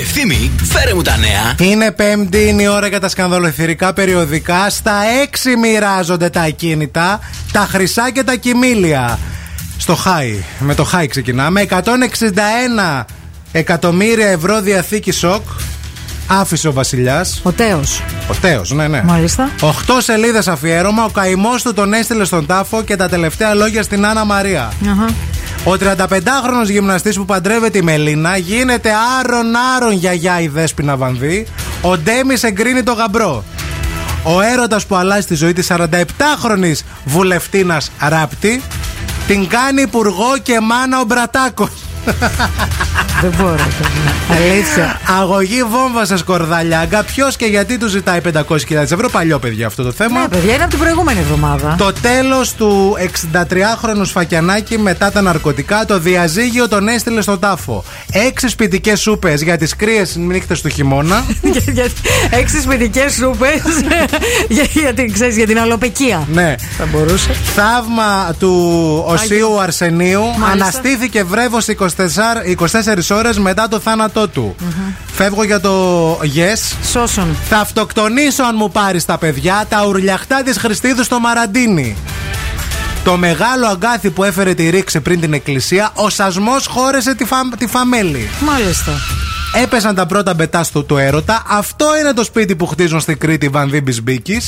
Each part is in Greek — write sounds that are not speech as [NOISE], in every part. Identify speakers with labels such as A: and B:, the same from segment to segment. A: Ευθύμη, φέρε μου τα νέα.
B: Είναι Πέμπτη, είναι η ώρα για τα σκανδαλοθυρικά περιοδικά. Στα 6 μοιράζονται τα ακίνητα, τα χρυσά και τα κοιμήλια. Στο χάι, με το χάι ξεκινάμε. 161 εκατομμύρια ευρώ διαθήκη σοκ. Άφησε ο Βασιλιάς.
C: Ο Τέος.
B: Ο Τέος, ναι, ναι.
C: Μάλιστα.
B: 8 σελίδες αφιέρωμα. Ο καημός του τον έστειλε στον τάφο και τα τελευταία λόγια στην Άννα Μαρία.
C: Αχα.
B: Ο 35χρονο γυμναστής που παντρεύεται η Μελίνα γίνεται άρον-άρον γιαγιά η Δέσποινα Βανδύ. Ο Ντέμις εγκρίνει το γαμπρό. Ο έρωτας που αλλάζει τη ζωή της 47χρονη βουλευτήνα Ράπτη την κάνει υπουργό και μάνα ο Μπρατάκος.
C: Δεν μπορώ. παιδιά. Αλήθεια.
B: Αγωγή βόμβα σε σκορδαλιάγκα. Ποιο και γιατί του ζητάει 500.000 ευρώ. Παλιό παιδιά αυτό το θέμα.
C: Ναι, παιδιά, είναι από την προηγούμενη εβδομάδα.
B: Το τέλος του 63χρονου Σφακιανάκη μετά τα ναρκωτικά, το διαζύγιο τον έστειλε στον τάφο. Έξι σπιτικές σούπες για τις κρύες νύχτες του
C: [LAUGHS]
B: χειμώνα.
C: Για- για- Έξι σπιτικές σούπες [LAUGHS] για, για την- ξέρεις, για την αλλοπεκία.
B: ναι.
C: Θα μπορούσε.
B: Θαύμα του Οσίου Αρσενίου.
C: Μάλιστα.
B: Αναστήθηκε βρέβος 24, 24 ώρες μετά το θάνατό του. Φεύγω για το Yes.
C: Σώσον.
B: Θα αυτοκτονήσω αν μου πάρεις τα παιδιά, τα ουρλιαχτά της Χριστίδου στο Μαραντίνι. Το μεγάλο αγκάθι που έφερε τη ρήξη πριν την εκκλησία, ο σασμός χώρεσε τη, φα... τη φαμέλη.
C: Μάλιστα.
B: Έπεσαν τα πρώτα μπετά στο του έρωτα. Αυτό είναι το σπίτι που χτίζουν στην Κρήτη οι Βανδί Μπισμπίκη.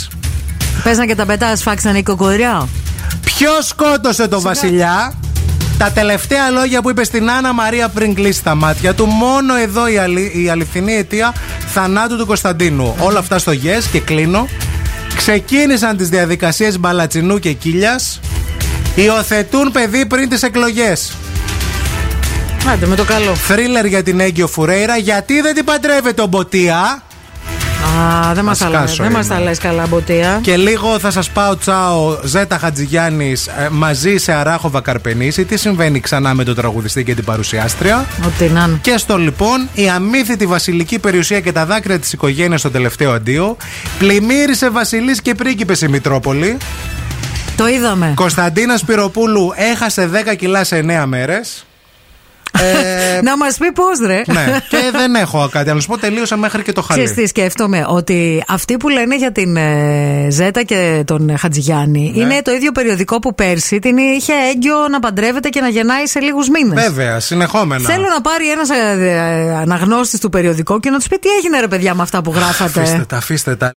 C: Παίζαν και τα πετά, σφάξαν η κοκοριά.
B: Ποιος σκότωσε τον Βασιλιά. Τα τελευταία λόγια που είπε στην Άννα Μαρία πριν κλείσει τα μάτια του, μόνο εδώ η, αλη- η αληθινή αιτία θανάτου του Κωνσταντίνου. Όλα αυτά στο yes και κλείνω. Ξεκίνησαν τις διαδικασίες Μπαλατσινού και Κίλιας. Υιοθετούν παιδί πριν τις εκλογές.
C: Άντε με το καλό.
B: Θρίλερ για την Έγκυο Φουρέιρα. Γιατί δεν την παντρεύεται ο Μποτία.
C: Α, δεν μας τα λες.
B: σκάσω
C: Δεν μας
B: είναι.
C: τα λες καλά, Μποτία.
B: Και λίγο θα σας πάω τσάω Ζέτα Χατζηγιάννης ε, μαζί σε Αράχοβα Καρπενήσι. Τι συμβαίνει ξανά με τον τραγουδιστή και την παρουσιάστρια.
C: Ό,τι να είναι.
B: Και στο λοιπόν, η αμύθιτη βασιλική περιουσία και τα δάκρυα της οικογένειας στο τελευταίο αντίο. Πλημμύρισε βασιλής και πρίγκιπες η Μητρόπολη.
C: Το είδαμε.
B: Κωνσταντίνας Πυροπούλου έχασε 10 κιλά σε 9 μέρες. Ε,
C: Να μας πει πώς, ρε. [LAUGHS]
B: ναι, και δεν έχω κάτι να σου πω. Τελείωσα μέχρι και το
C: Ξέρεις τι
B: χαλί.
C: σκέφτομαι, ότι αυτοί που λένε για την ε, Ζέτα και τον ε, Χατζηγιάννη
B: Ναι.
C: είναι το ίδιο περιοδικό που πέρσι την είχε έγκυο να παντρεύεται και να γεννάει σε λίγους μήνες.
B: Βέβαια, συνεχόμενα.
C: ναι. Θέλω να πάρει ε, ένα αναγνώστης του περιοδικού και να τους πει τι έγινε ρε παιδιά με αυτά που γράφατε.
B: Αφήστε τα, αφήστε τα.